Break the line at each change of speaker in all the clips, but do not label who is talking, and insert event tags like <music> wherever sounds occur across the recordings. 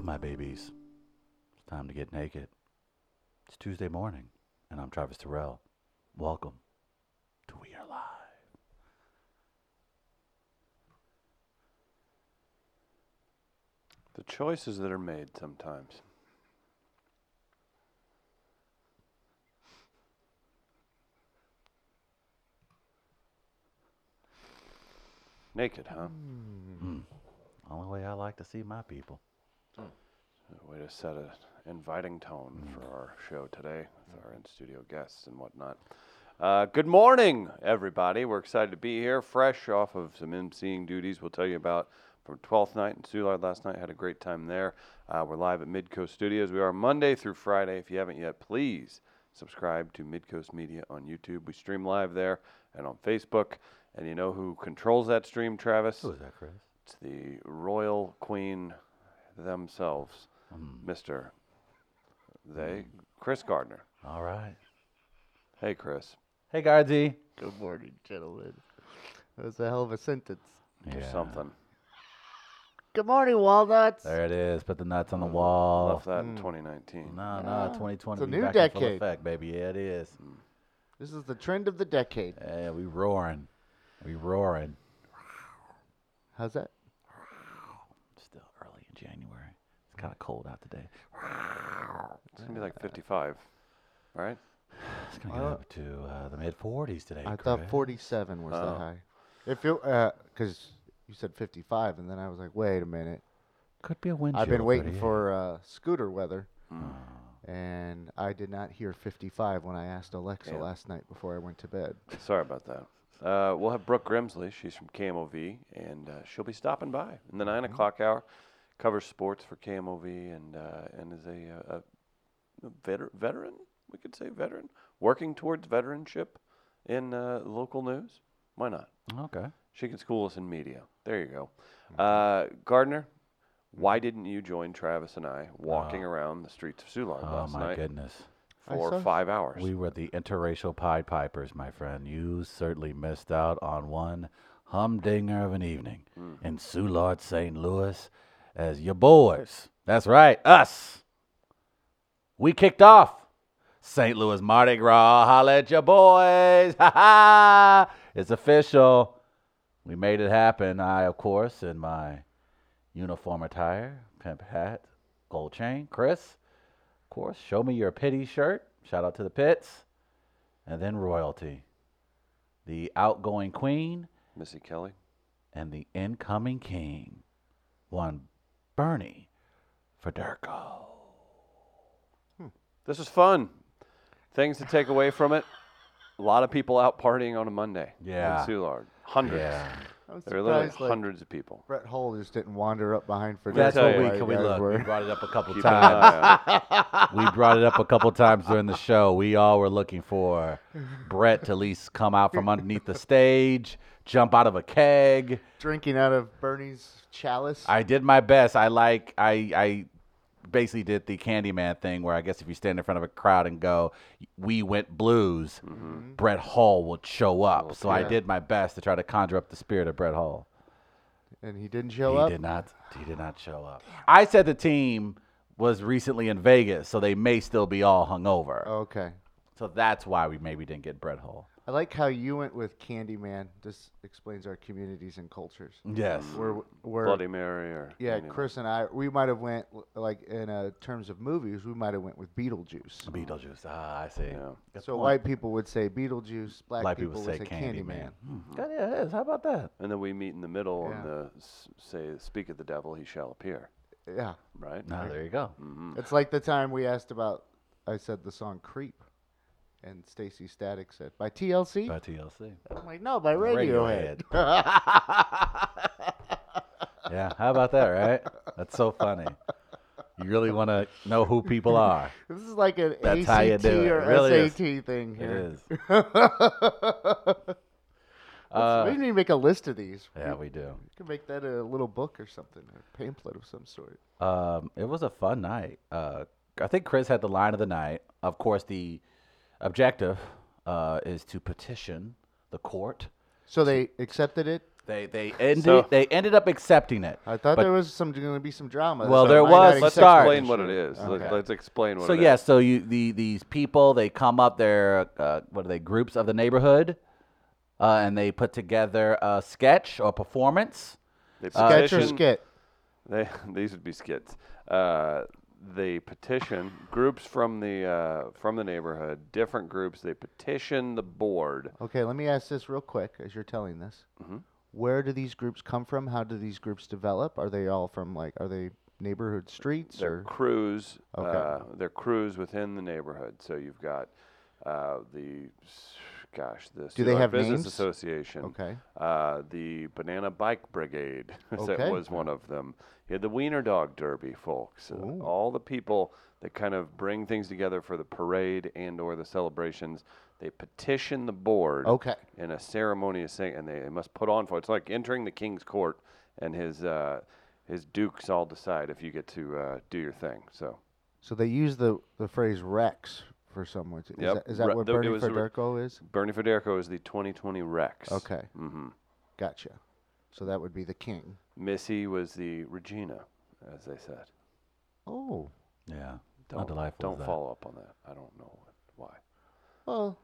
ladies. It's time to get naked. It's Tuesday morning, and I'm Travis Terrell. Welcome to We Are Live.
The choices that are made sometimes. Naked, huh?
Hmm.
Hmm. Only way I like to see my people.
A Way to set an inviting tone for our show today with our in studio guests and whatnot. Uh, good morning, everybody. We're excited to be here, fresh off of some emceeing duties. We'll tell you about from 12th night in Soulard last night. Had a great time there. Uh, we're live at Midcoast Studios. We are Monday through Friday. If you haven't yet, please subscribe to Midcoast Media on YouTube. We stream live there and on Facebook. And you know who controls that stream, Travis?
Who is that, Chris?
It's the royal queen themselves, Mr. They, Chris Gardner.
All right.
Hey, Chris.
Hey, Guardsy.
Good morning, gentlemen. That was a hell of a sentence.
or something.
Good morning, walnuts.
There it is. Put the nuts on the wall.
Left that in 2019.
No,
Mm.
no,
Yeah.
2020.
It's a
we
new
back in full
decade. Mm.
effect, baby. Yeah, it is.
This is the trend of the decade.
Yeah, we roaring. We roaring.
How's that?
Still early in January. It's kind of cold out today.
It's gonna be like 55, right?
It's gonna get up to uh, the mid 40s today.
I
Chris.
thought 47 was the
Oh.
high. It feel uh 'cause you said 55, and then I was like, wait a minute.
could be a wind.
I've been
chill,
waiting
38.
for uh, scooter weather,
Hmm.
and I did not hear 55 when I asked Alexa
Yeah.
last night before I went to bed.
Sorry about that. Uh, we'll have Brooke Grimsley. She's from KMOV, and uh, she'll be stopping by in the
Mm-hmm.
nine o'clock hour. Covers sports for KMOV, and uh, and is a, uh, a veter- veteran. We could say veteran, working towards veteranship in uh, local news. Why not?
Mm,
uh,
Okay.
She can school us in media. There you go.
Mm-hmm.
Uh, Gardner, why didn't you join Travis and I walking around the streets of Soulard
Uh-huh. Oh
last
my
night
goodness.
I
for
saw-
five hours?
We were the interracial Pied Pipers, my friend. You certainly missed out on one humdinger of an evening in Soulard, St. Louis, as your boys. That's right, us. We kicked off St. Louis Mardi Gras. Holla at your boys. <laughs> Ha ha! It's official. We made it happen. I, of course, in my uniform attire, pimp hat, gold chain. Chris, of course, show me your pity shirt. Shout out to the pits. And then royalty. The outgoing queen
Missy Kelly.
and the incoming king. One Bernie for Durko.
This is fun. Things to take away from it. A lot of people out partying on a Monday.
Yeah.
In Soulard. Hundreds.
Yeah.
I'm
There are literally
surprised, like,
hundreds of people.
Brett Hull just didn't wander up behind for
That's
tell
what
you
we
how
can we look. We brought it up a couple
Keep an
times.
eye out.
we brought it up a couple times during the show. We all were looking for Brett to at least come out from underneath the stage, jump out of a keg.
<laughs> Drinking out of Bernie's chalice.
I did my best. I like I I basically did the Candyman thing where I guess if you stand in front of a crowd and go, "We went blues,"
Mm-hmm.
Brett Hall will show up. so I
yeah.
did my best to try to conjure up the spirit of Brett Hall.
and he didn't show
he
up.
did not. He did not show up. I said the team was recently in Vegas, so they may still be all hungover.
Okay.
So that's why we maybe didn't get Brett Hall.
I like how you went with Candyman. This explains our communities and cultures.
Yes.
We're, <laughs> we're
Bloody Mary or
yeah,
any of
Chris and I, we might have went like in uh, terms of movies, we might have went with Beetlejuice.
Beetlejuice. Ah, I see.
them. Yeah.
Good
so
point.
white people would say Beetlejuice, black,
Black
people, would say Candyman.
Hmm. God, yeah, it is. How about that?
And then we meet in the middle
Yeah.
on the s- say, speak of the devil, he shall appear.
Yeah,
Right?
No, there you go.
it's like the time we asked about. I said the song "Creep," and Stacy Static said by TLC.
By TLC.
I'm like, no, by Radiohead.
Radiohead. <laughs> yeah, how about that, right? That's so funny. You really want to know who people are.
<laughs> This is like an
That's
ACT
how you do it.
or
It really is.
SAT thing
It
here.
is.
Let's-
Uh,
we need to make a list of these.
Yeah,
we,
we do.
can make that a little book or something, a pamphlet of some sort.
Um, it was a fun night. Uh, I think Chris had the line of the night. Of course, the objective uh, is to petition the court.
So they accepted it.
They they ended
So-
they ended up accepting it.
I thought
But-
there was some going to be some drama.
Well,
so
there
why not
was.
Let's
Let's start.
explain what it is.
Okay.
Let, us explain what
So
it is.
yeah, so you the these people they come up their uh, what are they groups of the neighborhood, uh, and they put together a sketch or performance.
They
uh,
Sketch or
petition-
skit?
<laughs> They, these would be skits. Uh, they petition groups from the uh, from the neighborhood, different groups. They petition the board.
Okay, let me ask this real quick as you're telling this.
Mhm.
Where do these groups come from? How do these groups develop? Are they all from like are they neighborhood streets
their
or
crews,
Okay.
uh, their crews within the neighborhood. So you've got uh, the, s- gosh, the
Do they
Sealer
have
Business
names?
Association.
Okay.
Uh, the Banana Bike Brigade <laughs>
Okay.
that was one of them. You had the Wiener Dog Derby folks. uh,
Ooh.
all the people that kind of bring things together for the parade and or the celebrations. They petition the board
Okay.
in a ceremonious thing, and they, they must put on for it's like entering the king's court, and his uh, his dukes all decide if you get to uh, do your thing. So
So they use the the phrase Rex for someone. Is
Yep.
that, is that
Re-
where
the- it
Bernie
was the re-
Federico is?
Bernie Federico is the 2020 Rex.
Okay,
Mm-hmm.
gotcha. So that would be the king.
Missy was the Regina, as they said.
Oh,
Yeah, how
Don't
delightful. is
don't
that?
follow up on that. I don't know why.
well,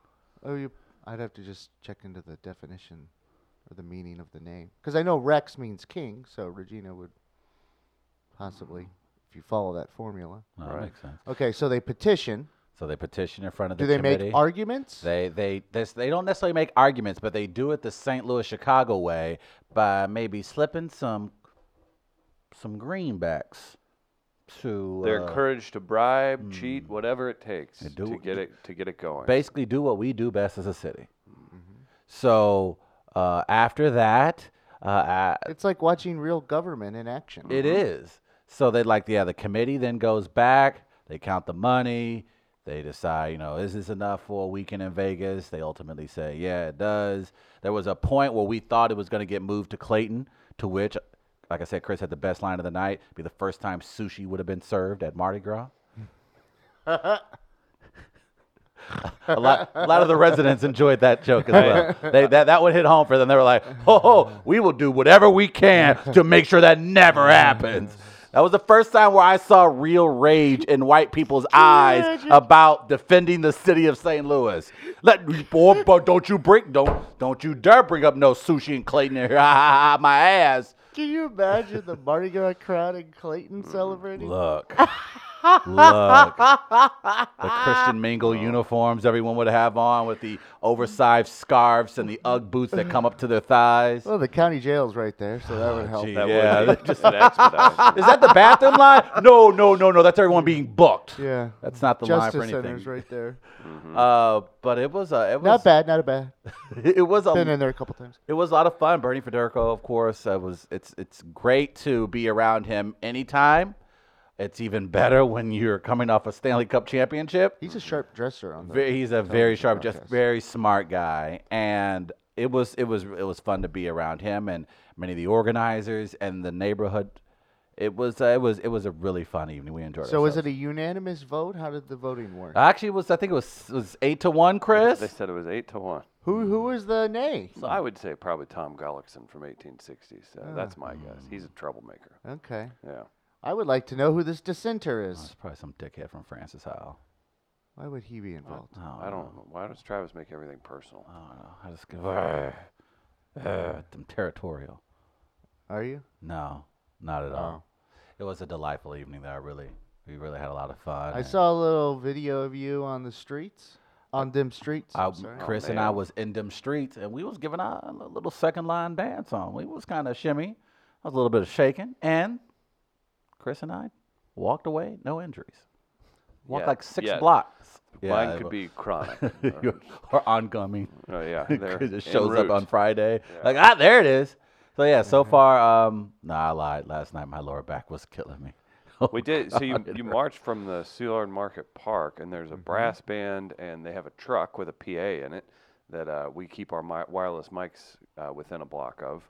oh, you, I'd have to just check into the definition or the meaning of the name because I know Rex means king, so Regina would possibly, if you follow that formula.
No, that
Right.
makes sense.
Okay, so they petition.
So they petition in front of the
Do they
committee.
make arguments?
They they this they don't necessarily make arguments, but they do it the St. Louis Chicago way by maybe slipping some some greenbacks to
They're
uh,
encouraged to bribe, cheat, whatever it takes
They do-
to get it to get it going.
basically do what we do best as a city. So uh, after that, uh, I-
it's like watching real government in action.
It is. So they like, yeah, the committee then goes back, they count the money, they decide, you know, is this enough for a weekend in Vegas? They ultimately say, yeah, it does. There was a point where we thought it was going to get moved to Clayton, to which, like I said, Chris had the best line of the night. Be the first time sushi would have been served at Mardi Gras. a lot, a lot of the residents enjoyed that joke as well. They, that, that would hit home for them. They were like, "Ho ho, we will do whatever we can to make sure that never happens." That was the first time where I saw real rage in white people's eyes about defending the city of St. Louis. Let boy, but don't you bring don't don't you dare bring up no sushi and Clayton in here. Ha, ha, ha, my ass.
Can you imagine the Mardi Gras crowd in Clayton celebrating?
Mm, Look. Look. The
<laughs>
Christian Mingle uniforms everyone would have on with the oversized scarves and the Ugg boots that come up to their thighs.
Well, the county jail's right there, so that would help.
Ah, gee.
that
Yeah,
would
that <laughs>
<laughs>
be, just an expedite.
Is that the bathroom line? No, no, no, no. That's everyone being booked.
Yeah.
That's not the
Justice
line for anything.
Center's
<laughs>
right there.
Uh, but it was a it
Not
was
bad, not a bad.
<laughs> it was a
Been in there a couple times.
It was a lot of fun. Bernie Federico, of course, uh, was it's it's great to be around him anytime. It's even better when you're coming off a Stanley Cup championship.
He's a sharp dresser on
Mm. Ve-
the
he's a very sharp, just
broadcast.
very smart guy, and it was it was it was fun to be around him and many of the organizers and the neighborhood. It was uh, it was it was a really fun evening. We enjoyed.
So
ourselves.
is it a unanimous vote? How did the voting work?
Actually, it was I think it was it was eight to one, Chris.
they said it was eight to one.
Who who was the nay?
So I would say probably Tom Gullickson from 1860s.
Ah.
Uh, that's my guess. He's a troublemaker.
Okay.
Yeah.
I would like to know who this dissenter
It's
is.
probably some dickhead from Francis Howe.
Why would he be involved?
Oh,
I don't. Why does Travis make everything personal?
I don't know. I just go, "Arr, arr," I'm territorial.
Are you?
No, not at all. It was a delightful evening though. I really, we really had a lot of fun.
I
and
saw a little video of you on the streets, on them streets.
I-
I'm Oh, sorry.
Chris and I
man.
was in them streets, and we was giving our a little second line dance on. We was kind of shimmy. I was a little bit of shaking, and Chris and I walked away, no injuries. Walked
Yet-
like six
yet.
blocks.
Mine
it
could
wa-
be
<laughs>
chronic.
or,
<laughs>
oncoming.
oh yeah, there.
Chris just
en
shows up
route. Mm-hmm.
on Friday. Like, ah, there it is. So yeah, so far, um, nah, I lied. Last night my lower back was killing me. <laughs>
We did. So you, you marched from the Soulard Market Park, and there's a brass band, and they have a truck with a PA in it that uh, we keep our mi- wireless mics uh, within a block of.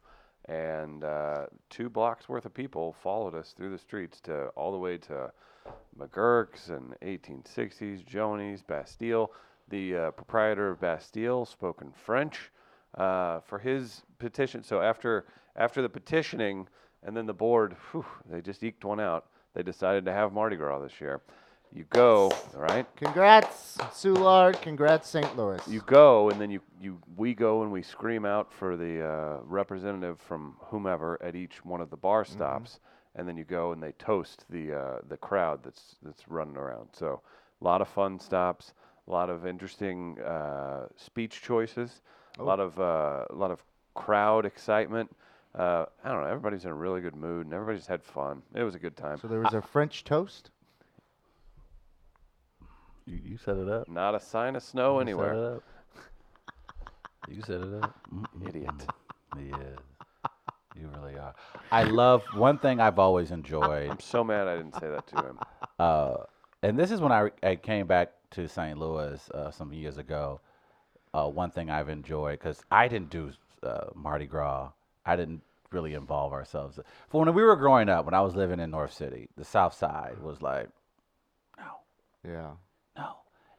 And uh, two blocks worth of people followed us through the streets to all the way to McGurk's and 1860s, Joni's, Bastille. The uh, proprietor of Bastille spoke in French. uh, for his petition. So after after the petitioning and then the board, whew, they just eked one out. They decided to have Mardi Gras this year. You go, all right?
Congrats, Soulard. Congrats, St. Louis.
You go, and then you, you we go and we scream out for the uh, representative from whomever at each one of the bar stops, and then you go and they toast the uh, the crowd that's that's running around. So a lot of fun stops, a lot of interesting uh, speech choices, a lot of uh, a lot of crowd excitement. Uh, I don't know. Everybody's in a really good mood, and everybody's had fun. It was a good time.
so there was a French toast.
You, you set it up.
Not a sign of snow
You set
anywhere.
it up. You set it up. Mm-mm.
Idiot.
Yeah. You really are. I love one thing I've always enjoyed
I'm so mad I didn't say that to him.
uh, and this is when I, I came back to St. Louis uh, some years ago. Uh, one thing I've enjoyed because I didn't do uh, Mardi Gras. I didn't really involve ourselves. For when we were growing up, when I was living in North City, the South Side was like, no,
Yeah.
no.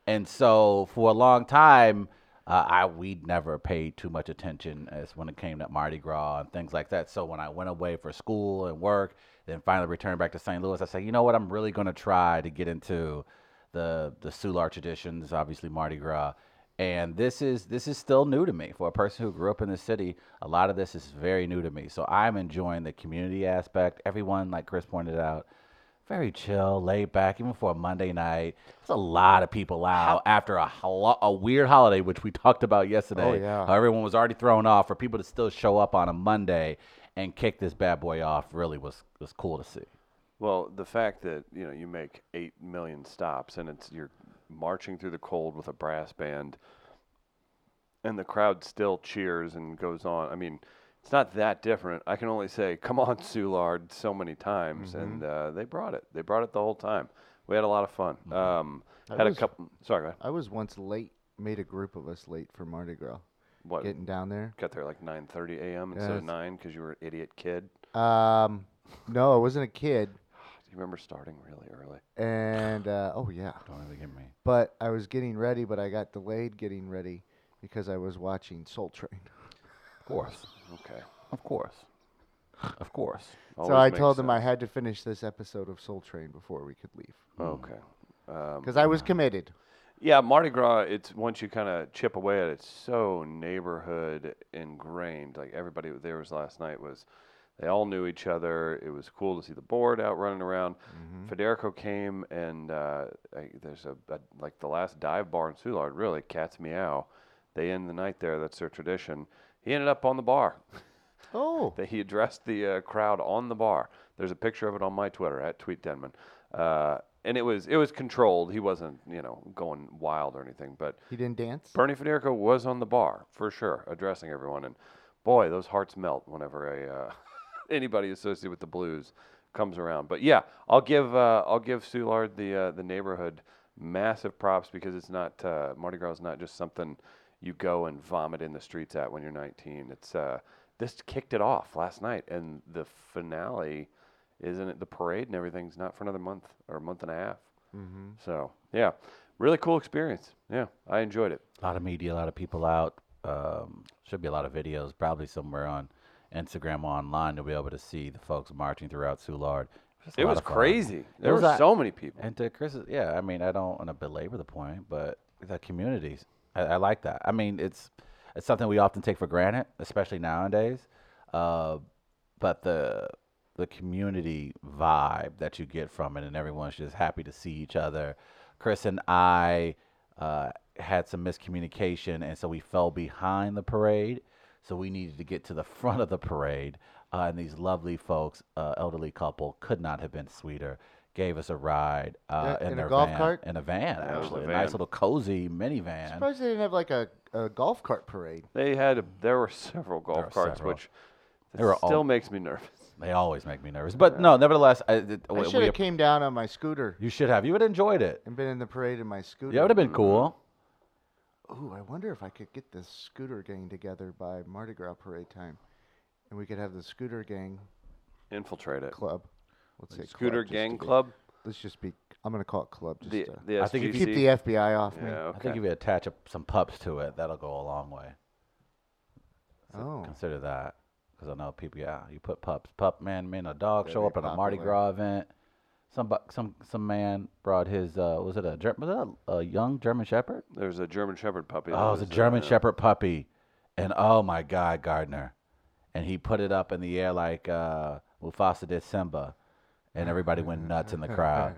And so for a long time, uh, I we never paid too much attention as when it came to Mardi Gras and things like that. So when I went away for school and work, then finally returned back to St. Louis, I said, you know what? I'm really going to try to get into the the Sular traditions, obviously Mardi Gras. And this is this is still new to me for a person who grew up in the city. A lot of this is very new to me, so I'm enjoying the community aspect. Everyone, like Chris pointed out, very chill, laid back, even for a Monday night. There's a lot of people out after a, hol- a weird holiday, which we talked about yesterday.
Oh,
yeah.
How everyone was already thrown off. For people to still show up on a Monday and kick this bad boy off really was, was cool to see.
Well, the fact that you know you make eight million stops and it's you're marching through the cold with a brass band, and the crowd still cheers and goes on. I mean, it's not that different. I can only say "Come on, Soulard" so many times,
Mm-hmm.
and uh, they brought it. They brought it the whole time. We had a lot of fun. Um,
Mm-hmm. I
had a
was-
couple. Sorry, go ahead.
I was once late, made a group of us late for Mardi Gras.
What?
Getting down there.
Got there like 9:30 a.m. instead of
Yes.
nine because you were an idiot kid.
Um, no, I wasn't a kid.
Do you remember starting really early?
And, uh, oh, yeah.
Don't really get me.
But I was getting ready, but I got delayed getting ready because I was watching Soul Train. <laughs>
Of course.
Okay.
Of course. Of course.
so
Always
I
makes
told them I
sense.
had to finish this episode of Soul Train before we could leave
Okay. Um,
because I was committed.
Yeah, Mardi Gras. It's once you kind of chip away at it, it's so neighborhood ingrained. Like everybody there was last night was, they all knew each other. It was cool to see the board out running around. Federico came and uh, I, there's a, a like the last dive bar in Soulard. Really, Cats Meow. They end the night there. That's their tradition. He ended up on the bar.
Oh,
That he addressed the uh, crowd on the bar. There's a picture of it on my Twitter at tweet Denman. Uh, and it was it was controlled. He wasn't you know going wild or anything, but
he didn't dance?
Bernie Federico was on the bar for sure, addressing everyone. And boy, those hearts melt whenever a uh, <laughs> anybody associated with the blues comes around. But yeah, I'll give uh, I'll give Soulard the uh, the neighborhood massive props because it's not uh, Mardi Gras is not just something you go and vomit in the streets at when you're 19. It's uh, this kicked it off last night, and the finale isn't it the parade and everything's not for another month or a month and a half. Mm-hmm. So yeah, really cool experience. Yeah, I enjoyed it.
A lot of media, a lot of people out. Um, should be a lot of videos, probably somewhere on Instagram or online. You'll be able to see the folks marching throughout Soulard. Just a
It
lot
was
of fun.
crazy. There
was
were
a-
so many people.
And to Chris's, yeah, I mean, I don't want to belabor the point, but the communities, I, I like that. I mean, it's it's something we often take for granted, especially nowadays. Uh, but the the community vibe that you get from it, and everyone's just happy to see each other. Chris and I uh, had some miscommunication, and so we fell behind the parade. So we needed to get to the <laughs> front of the parade, uh, and these lovely folks, uh, elderly couple, could not have been sweeter. Gave us a ride uh, in,
Yeah, in a
their
golf
van,
cart?
in a van
it was
actually,
a
a, nice
van.
little cozy minivan.
Surprised they didn't have like a, a golf cart parade.
They had a, there were several golf
were
carts,
several.
which
They were
still
all-
makes me nervous. <laughs>
They always make me nervous, but no, nevertheless, I, it-
I
Oh,
we-
should
we-
have came down on my scooter
you should have. You would have enjoyed it.
and been in the parade in my scooter.
Yeah, it would have
Mm-hmm.
been cool.
Ooh, I wonder if I could get the scooter gang together by Mardi Gras parade time, and we could have the scooter gang
Infiltrate it.
club. Let's say
Scooter
club, just
gang
to be-
club.
Let's just be. I'm gonna call it club. Just
The,
to
the
I think if
SGC.
you
keep the FBI off
yeah,
me.
I think
okay.
if you attach a, some pups to it, that'll go a long way. So
Oh.
Consider that. Because I know people, yeah, you put pups. Pup man, man, a dog
They're
show up
very
at a Mardi
popular.
Gras event. Some bu- some some man brought his uh was it a Ger- was it a, a young German Shepherd?
There's a German Shepherd puppy. that
Oh, it was a
uh,
German Shepherd puppy, and oh my God, Gardner, and he put it up in the air like uh, Mufasa did Simba, and everybody went nuts in the crowd.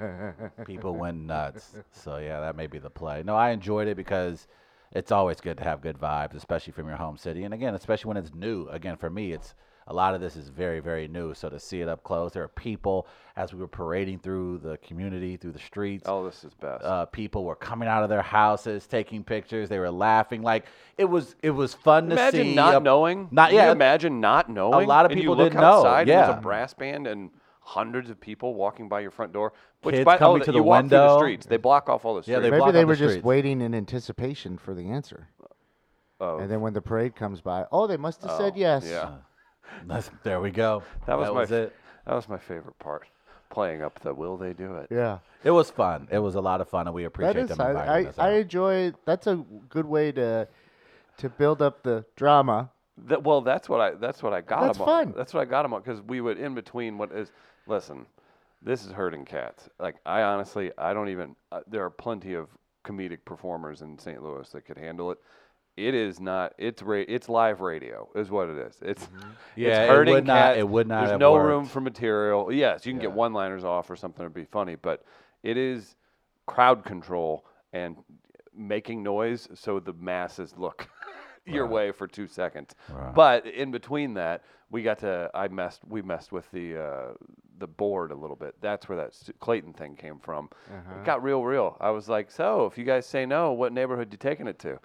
People went nuts. So yeah, that may be the play. No, I enjoyed it because it's always good to have good vibes, especially from your home city, and again, especially when it's new. Again, for me, it's a lot of this is very very new. So to see it up close, there are people as we were parading through the community, through the streets
Oh, this is best.
uh, people were coming out of their houses, taking pictures. They were laughing. Like it was, it was fun to see.
imagine not
a-
knowing.
Not
Can you
yeah.
Imagine not knowing.
lot of
and
people
you look
didn't know,
outside And
yeah.
there's a brass band and hundreds of people walking by your front door. Which
Kids
by, oh,
coming
that
to the
you walk through
window.
the streets. They block off all the
Yeah,
streets.
they block
Maybe
out
they
the
were just
streets.
waiting in anticipation for the answer.
Oh,
And then when the parade comes by, oh, they must have said
oh,
yes.
Yeah,
That's- there we go.
that was my.
it.
That was my favorite part. Playing up the will they do it?
Yeah.
It was fun. It was a lot of fun, and we appreciate
That is,
them
I,
inviting
I,
us.
I
out.
enjoy, that's a good way to to build up the drama.
That, well, that's what I that's what I got
That's
him
fun.
on. That's what I got him on because we would in between what is listen, this is hurting cats. Like I honestly I don't even uh, there are plenty of comedic performers in St. Louis that could handle it. It is not it's ra- it's live radio is what it is. It's
Yeah, it
it's hurting
would not-
cats.
it would not
There's
have
no room
worked.
for material. Yes, you can get one-liners off or something to be funny, but it is crowd control and making noise so the masses look <laughs> your way for two seconds.
Right.
But in between that, we got to I messed we messed with the uh, the board a little bit. That's where that Stu- Clayton thing came from.
Uh-huh.
It got real real. I was like, so if you guys say no, what neighborhood you taking it to?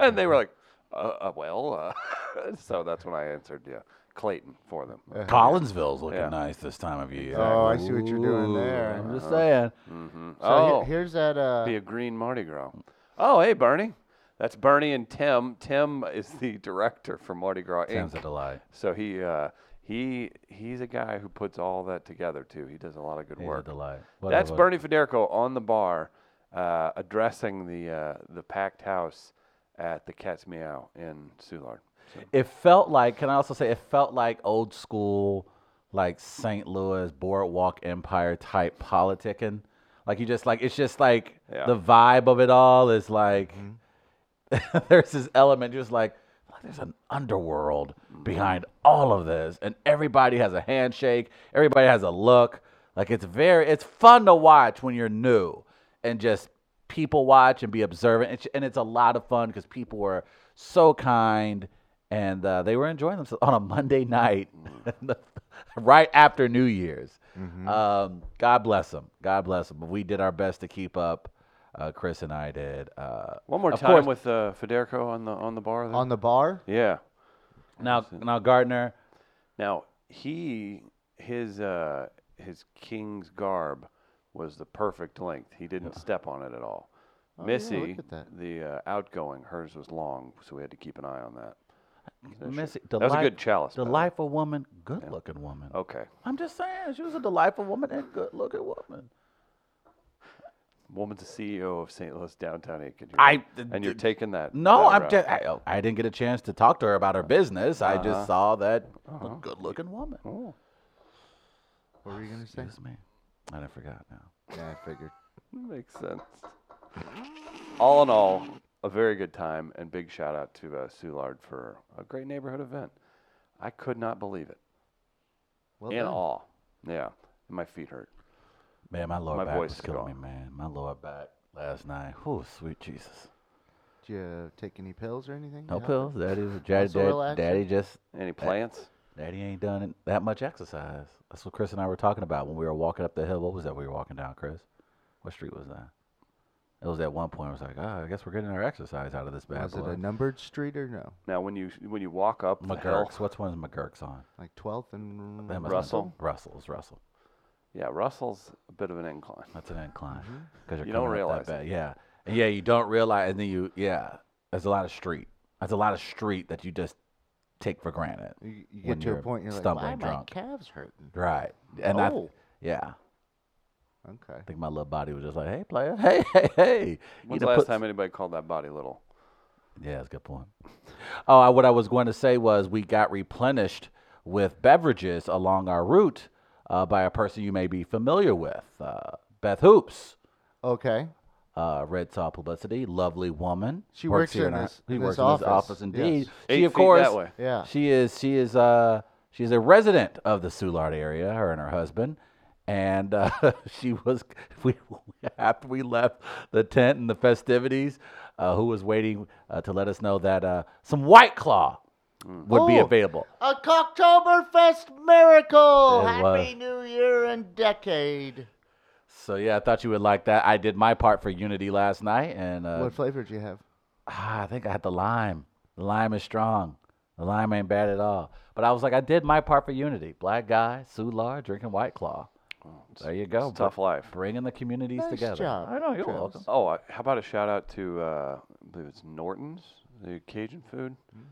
and they were like, uh, uh, well, uh, <laughs> so that's when I answered yeah, Clayton for them.
Collinsville's looking
Yeah.
nice this time of year.
Oh, I see what you're doing
Ooh,
there.
I'm just saying.
hmm
So he-
oh,
here's that. Uh,
be a green Mardi Gras. Oh, hey Bernie. That's Bernie and Tim. Tim is the <laughs> director for Mardi Gras
Times
Inc.
a delight.
So he uh, he he's a guy who puts all that together too. He does a lot of good
He's a
work.
delight. What a-
That's
what a-
Bernie Federico on the bar, uh, addressing the uh, the packed house at the Cat's Meow in Soulard. So,
It felt like. Can I also say it felt like old school, like St. Louis boardwalk empire type politicking. Like you just like it's just like
Yeah.
the vibe of it all is like <laughs> there's this element just like like there's an underworld behind all of this and everybody has a handshake everybody has a look like it's very it's fun to watch when you're new and just people watch and be observant and, and it's a lot of fun because people were so kind and uh, they were enjoying themselves <laughs> on a monday night <laughs> right after new year's um, god bless them god bless them but we did our best to keep up uh, chris and i did uh,
One more
of
time
course-
with uh, Federico on the on the bar. There.
on the bar?
yeah.
Now, now Gardner,
Now he his uh, his king's garb was the perfect length. He didn't step on it at all.
Oh, yeah,
Missy,
look at that.
the uh, outgoing, hers was long, so we had to keep an eye on that. That
Missy,
shit- that was a
delight-
good chalice. by the way. Oh.
delightful woman, good-looking woman.
Okay,
I'm just saying, she was a delightful woman and good-looking woman.
woman's the CEO of St. Louis Downtown Inc. And you're,
I-
and you're
d-
taking that.
No,
that
I'm
route.
just, I, oh, I didn't get a chance to talk to her about her business. I just saw that good-looking woman.
Uh-huh. Oh.
What were you going to say?
Excuse me, I done forgot now.
Yeah, I figured.
Makes sense. all in all, a very good time, and big shout out to uh, Soulard for a great neighborhood event. I could not believe it.
Well
in
done.
awe, yeah. And my feet hurt.
Man, my lower
My
back
voice
was
is
killing me,
gone.
man. My lower back last night. Oh, sweet Jesus.
Did you take any pills or anything?
No
Yeah.
pills.
<laughs>
Daddy, daddy,
oil
daddy,
action?
daddy just
Any plants?
Daddy ain't done that much exercise. That's what Chris and I were talking about when we were walking up the hill. What was that we were walking down, Chris? What street was that? It was at one point. I was like, oh, I guess we're getting our exercise out of this bad
Was it
boy.
a numbered street or no?
Now, when you when you walk up the hill,
McGurk's. What's one of McGurk's on?
Like 12th and.
That must be-
Russell?
Russell. It's Russell.
yeah, Russell's a bit of an incline.
That's an incline.
Mm-hmm.
Because
You don't realize
that
it.
bad. Yeah. And Yeah, you don't realize. And then you, yeah, there's a lot of street. There's a lot of street that you just take for granted.
You, you
when
get to a
you're
point, you're like,
stumbling
why my
drunk."
calves hurting?
Right. And
Oh.
I, yeah.
Okay.
I think my little body was just like, hey, player. Hey, hey, hey. You
When's
done
the last
put-
time anybody called that body little?
Yeah, that's a good point. Oh, I, what I was going to say was we got replenished with beverages along our route uh, by a person you may be familiar with, uh, Beth Hoops,
Okay.
uh, Red Saw Publicity, lovely woman.
She works in
our-
this-
she
in
works in
this
this
office,
office, indeed.
yes.
Eight
She, of
feet
course,
that way.
Yeah.
she is she is uh she is a resident of the Soulard area, her and her husband. And uh, <laughs> she was we after we left the tent and the festivities, uh, who was waiting uh, to let us know that uh, some White Claw would be
Oh.
available.
A Cocktoberfest miracle!
It
Happy
was.
New Year and decade.
So yeah, I thought you would like that. I did my part for Unity last night, and uh,
what flavor do you have?
ah, I think I had the lime. The lime is strong. The lime ain't bad at all. But I was like, I did my part for Unity. Black guy, Soulard, drinking White Claw. There you go.
Oh, It's a tough life.
bringing the communities
Nice
together.
job,
I know you're
Travis.
welcome.
Oh, uh, how about a shout out to uh, I believe it's Norton's, the Cajun food.
Mm.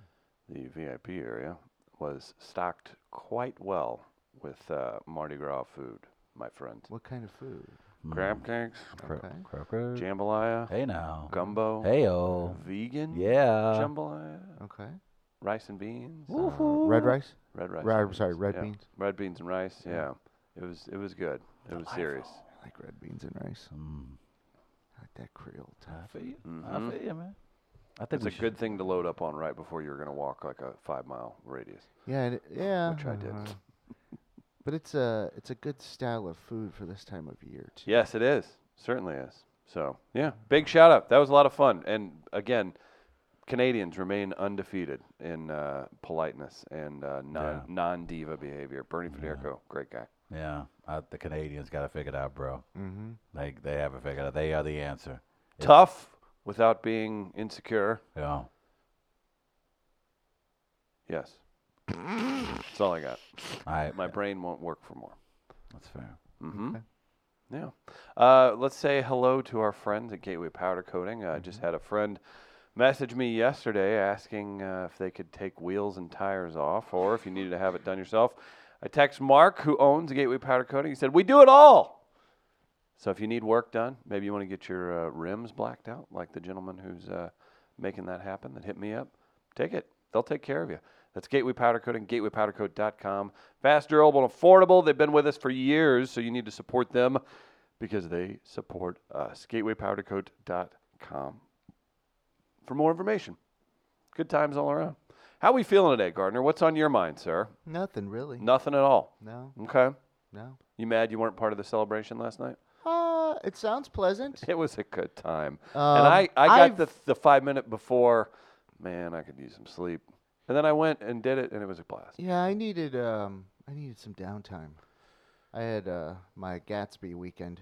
The VIP area was stocked quite well with uh, Mardi Gras food, my friend.
What kind of food?
Crab cakes,
Mm, Cro-
Okay.
cro- cro-
jambalaya,
Hey now.
gumbo,
Hey oh.
vegan,
Yeah.
jambalaya,
Okay. Uh,
rice and beans,
Woohoo.
Red rice?
red rice.
Ri-
and
I'm sorry, red
yeah.
beans?
Red beans and rice. Yeah, it was it was good. It was serious.
I like red beans and rice.
Mm.
I like that Creole
I
type.
feel you.
Mhm.
I feel you, man. I think
It's
we
a good thing to load up on right before you're gonna walk like a five mile radius.
Yeah, and it, yeah.
Which I did.
uh, But it's a it's a good style of food for this time of year too.
Yes, it is. Certainly is. So yeah, big shout out. That was a lot of fun. And again, Canadians remain undefeated in uh, politeness and uh, non
Yeah.
non diva behavior. Bernie Federico, great guy.
should- Yeah. I, the Canadians got to figure it out, bro.
Mm-hmm.
Like they haven't figured it out. They are the answer.
Tough without being insecure.
Yeah.
Yes, that's all I got.
All right.
My brain won't work for more.
That's fair.
Mm-hmm.
Okay.
Yeah. Uh, let's say hello to our friends at Gateway Powder Coating. I just had a friend message me yesterday asking uh, if they could take wheels and tires off or if you needed to have it done yourself. I text Mark, who owns Gateway Powder Coating. He said, We do it all. So if you need work done, maybe you want to get your uh, rims blacked out, like the gentleman who's uh, making that happen that hit me up, take it. They'll take care of you. That's Gateway Powder Coating, gatewaypowdercoat.com. Fast, durable, and affordable. They've been with us for years, so you need to support them because they support us. Gatewaypowdercoat.com for more information. Good times all around. How we feeling today, Gardner? What's on your mind, sir?
Nothing really.
Nothing at all.
No.
Okay.
No.
You mad you weren't part of the celebration last night?
Uh, it sounds pleasant.
<laughs> It was a good time.
Um,
and I, I got
I've-
the, the five minute before, man, I could use some sleep. And then I went and did it, and it was a blast.
Yeah, I needed um I needed some downtime. I had uh my Gatsby weekend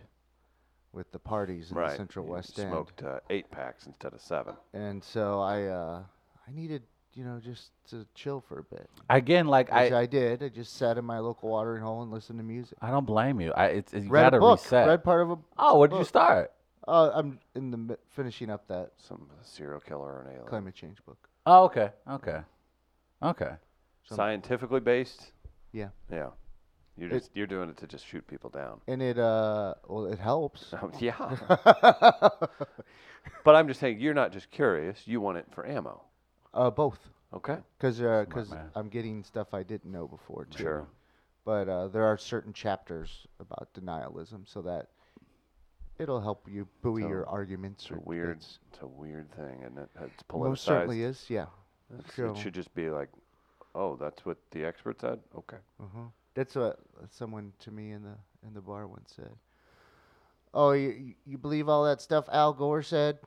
with the parties in the Central
You
West End.
Smoked uh, eight packs instead of seven.
And so I uh I needed, you know, just to chill for a bit.
Again, like
Which I,
I,
did. I just sat in my local watering hole and listened to music.
I don't blame you. I it's, it's you
read
gotta
a book.
reset.
Read part of a
oh, where did you
book.
start?
uh, I'm in the mi- finishing up that
Some serial killer or an alien.
climate change book.
Oh, okay, okay, okay.
Some-
Scientifically based?
Yeah.
Yeah. You're
It-
just you're doing it to just shoot people down. <laughs>
And it uh well it helps. <laughs>
So, yeah. but I'm just saying you're not just curious, you want it for ammo.
Uh both.
Okay?
Cuz uh, cuz
man.
I'm getting stuff I didn't know before too.
Sure.
but uh, there are certain chapters about denialism so that it'll help you buoy
So,
your arguments
It's a
or
weird
debates.
it's a weird thing and it, it's politicized.
most certainly is yeah
It's-
Sure.
It should just be like, oh, that's what the expert said? Okay.
uh-huh. that's what someone to me in the in the bar once said oh you, you believe all that stuff al gore said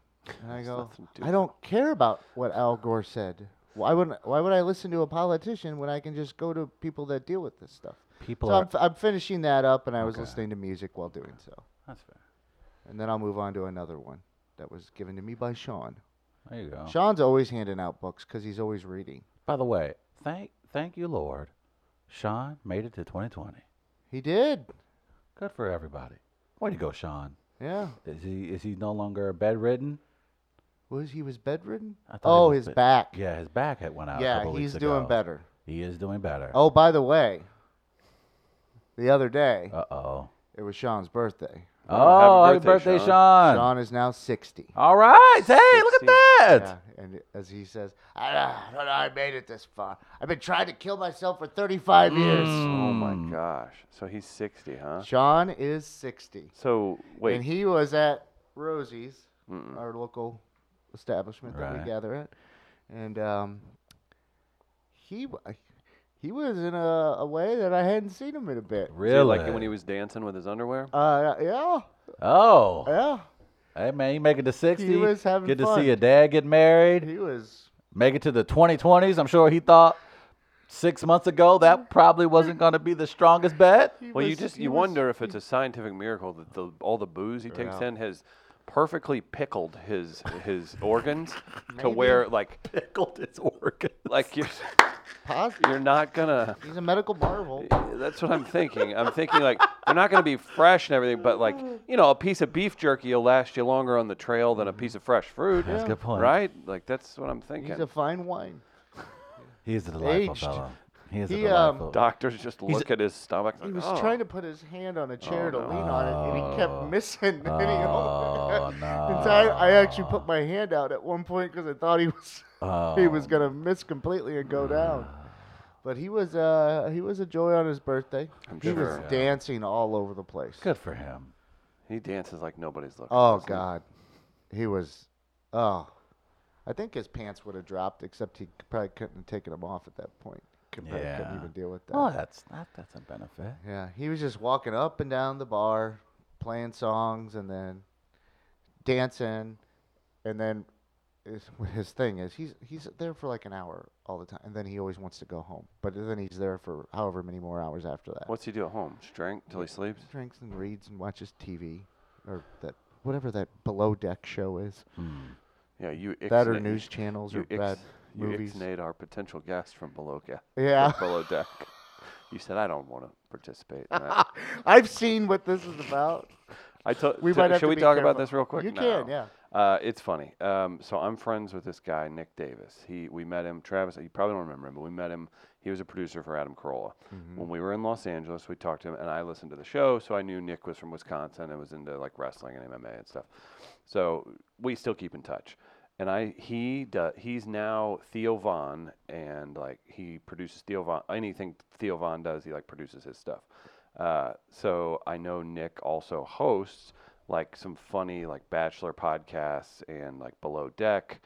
and i
Has
go
nothing to do
i
with
don't care about what al gore said why wouldn't why would i listen to a politician when i can just go to people that deal with this stuff
People
so
are.
I'm, f- I'm finishing that up and i was
Okay.
listening to music while doing so
that's fair.
And then I'll move on to another one that was given to me by Sean.
There you go.
Sean's always handing out books because he's always reading.
By the way, thank thank you, Lord. Sean made it to 2020.
He did.
Good for everybody. Way to go, Sean.
Yeah.
Is he is he no longer bedridden?
Was he was bedridden?
I thought he
Oh,
was
his
bed-
back.
Yeah, his back had went out. a
Yeah,
couple
he's
weeks
doing
ago.
better.
He is doing better.
Oh, by the way, the other day
Uh oh.
it was Sean's birthday.
Oh, happy
birthday,
birthday,
Sean.
Sean.
Sean is now sixty.
All right. Hey, look at
60.
that.
Yeah, and as he says, I don't know how I made it this far. I've been trying to kill myself for 35 years.
Oh my
Hmm.
Mm.
gosh. So he's 60, huh?
Sean is 60.
So wait.
And he was at Rosie's,
Mm-mm.
our local establishment that
Right.
we gather at. And um, he wa- he was in a, a way that I hadn't seen him in a bit.
So you
Really?
like it when he was dancing with his underwear?
Uh, yeah,
oh,
yeah.
hey man, you make it to sixty.
was having
Good to
fun.
see your dad get married.
He was
Make it to the 2020s. I'm sure he thought six months ago that probably wasn't going to be the strongest bet.
he
Well, you
was-
just
he
you
was-
wonder if it's a scientific miracle that the, all the booze he takes
Yeah.
in has perfectly pickled his his <laughs> organs to
Maybe.
where like
<laughs> Pickled his organ.
like you're
positive.
you're not gonna.
He's a medical marvel.
That's what I'm thinking. I'm thinking like they're not gonna be fresh and everything, but like you know, a piece of beef jerky will last you longer on the trail than a piece of fresh fruit.
That's a good point.
Right? Like that's what I'm thinking.
He's a fine wine.
He is a delightful
Aged.
fellow. He is a
He, um,
delightful.
Doctors just look at his stomach.
He
like,
was
"Oh."
trying to put his hand on a chair
Oh,
to lean on it, and he
no.
kept missing. <laughs> and he
Oh,
and so I, I actually
no.
put my hand out at one point because I thought he was <laughs>
oh,
he was gonna miss completely and go down. But he was uh, he was a joy on his birthday.
I'm
he was
sure. Yeah.
dancing all over the place.
Good for him.
He dances like nobody's looking.
Oh
doesn't he?
God, he was. Oh, I think his pants would have dropped, except he probably couldn't have taken them off at that point. Could- probably
Yeah.
couldn't even deal with that.
Well, that's that, that's a benefit.
Yeah, he was just walking up and down the bar, playing songs, and then dancing, and then his, <laughs> his thing is he's he's there for like an hour all the time, and then he always wants to go home. But then he's there for however many more hours after that.
What's he do at home? Just drink till he sleeps?
Drinks and reads and watches TV, or that whatever that below deck show is.
Hmm. Yeah, you
that or
ixnay-
news channels
you
or bad
ix-
movies.
You ixnayed our potential guest from below, ga-
Yeah. <laughs>
below deck. You said, I don't want to participate in
<laughs>
that.
I've seen what this is about.
I told.
We
t-
might have
should
to
we
be
talk about
careful.
this real quick?
You
No.
can, yeah.
Uh, it's funny. Um, so I'm friends with this guy, Nick Davis. He we met him. Travis, you probably don't remember him, but we met him. He was a producer for Adam Carolla.
Mm-hmm.
When we were in Los Angeles, we talked to him, and I listened to the show, so I knew Nick was from Wisconsin and was into like wrestling and MMA and stuff. So we still keep in touch. And I he does, he's now Theo Vaughn, and like he produces Theo Vaughn. Anything Theo Vaughn does, he like produces his stuff. Uh, so I know Nick also hosts like some funny like bachelor podcasts and like below deck,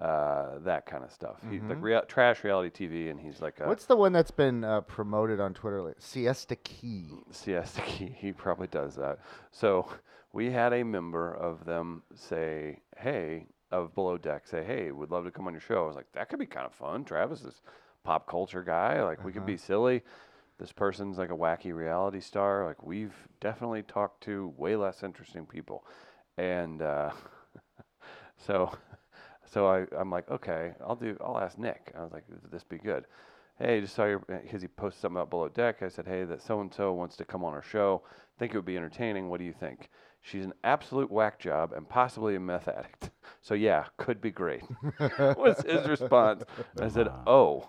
uh, that kind of stuff. He, like rea- trash reality TV, and he's like a
What's the one that's been uh, promoted on Twitter? lately? Siesta Key.
siesta. <laughs> He, he probably does that. So we had a member of them say, "Hey." Of below deck, say, hey, would love to come on your show. I was like, that could be kind of fun. Travis is pop culture guy. Like, we could be silly. This person's like a wacky reality star. Like, we've definitely talked to way less interesting people. And uh, <laughs> So, <laughs> so I, I'm like, okay, I'll do. I'll ask Nick. I was like, would this be good? Hey, just saw your because he posted something about below deck. I said, hey, that so and so wants to come on our show. Think it would be entertaining. What do you think? She's an absolute whack job and possibly a meth addict. <laughs> So yeah, could be great. <laughs> was his response. I said, oh.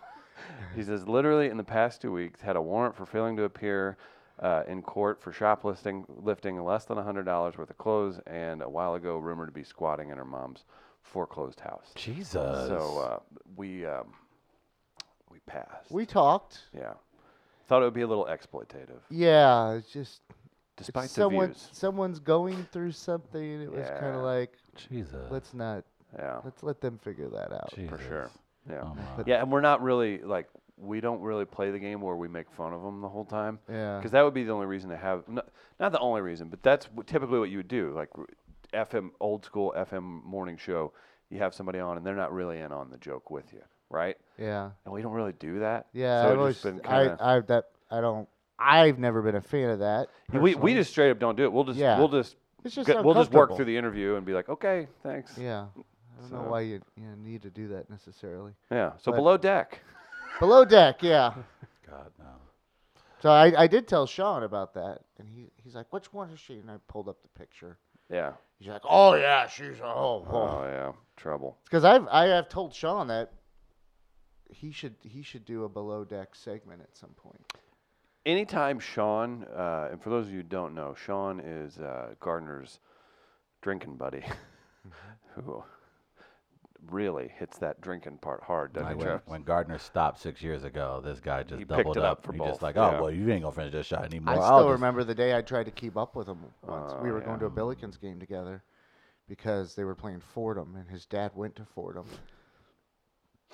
He says, literally in the past two weeks, had a warrant for failing to appear uh, in court for shoplifting, lifting less than $100 worth of clothes, and a while ago rumored to be squatting in her mom's foreclosed house.
Jesus.
So uh, we um, we passed.
We talked.
yeah, thought it would be a little exploitative,
Yeah, it's just it's
despite the
someone
views.
someone's going through something. and It was kind
Yeah.
of like
Jesus.
let's not
Yeah,
let's Um, let them figure that out.
for sure. Yeah,
Oh my.
yeah, and we're not really like we don't really play the game where we make fun of them the whole time.
Yeah.
Because that would be the only reason to have, not, not the only reason, but that's w- typically what you would do. Like r- FM, old school FM morning show, you have somebody on and they're not really in on the joke with you, right?
Yeah.
And we don't really do that.
Yeah.
So
I've
it's
always,
been kinda-
I I that I don't. I've never been a fan of that.
we, we
personally.
just straight up don't do it. We'll just,
Yeah.
we'll just,
It's just
get- we'll just work
uncomfortable.
through the interview and be like, okay, thanks. Yeah.
yeah. I don't
So-
know why you, you need to do that necessarily.
So
But-
below deck.
Below deck, yeah.
<laughs>
God no.
So I, I did tell Sean about that, and he, he's like, "Which one is she?" And I pulled up the picture.
Yeah.
He's like, "Oh yeah, she's oh
Oh,
oh."
yeah. Trouble.
Because I've I have told Sean that he should he should do a below deck segment at some point.
anytime Sean, uh, and for those of you who don't know, Sean is <laughs> uh, Gardner's drinking buddy, who really hits that drinking part hard, doesn't
Like
it,
when,
Jeff?
when Gardner stopped six years ago, this guy just
He picked
doubled
it up for
He
both,
just like,
yeah.
oh well, you ain't gonna finish this shot anymore.
I
I'll
still
just-"
remember the day I tried to keep up with him once. we
Oh,
were
yeah.
going to a Billikens game together because they were playing Fordham, and his dad went to Fordham.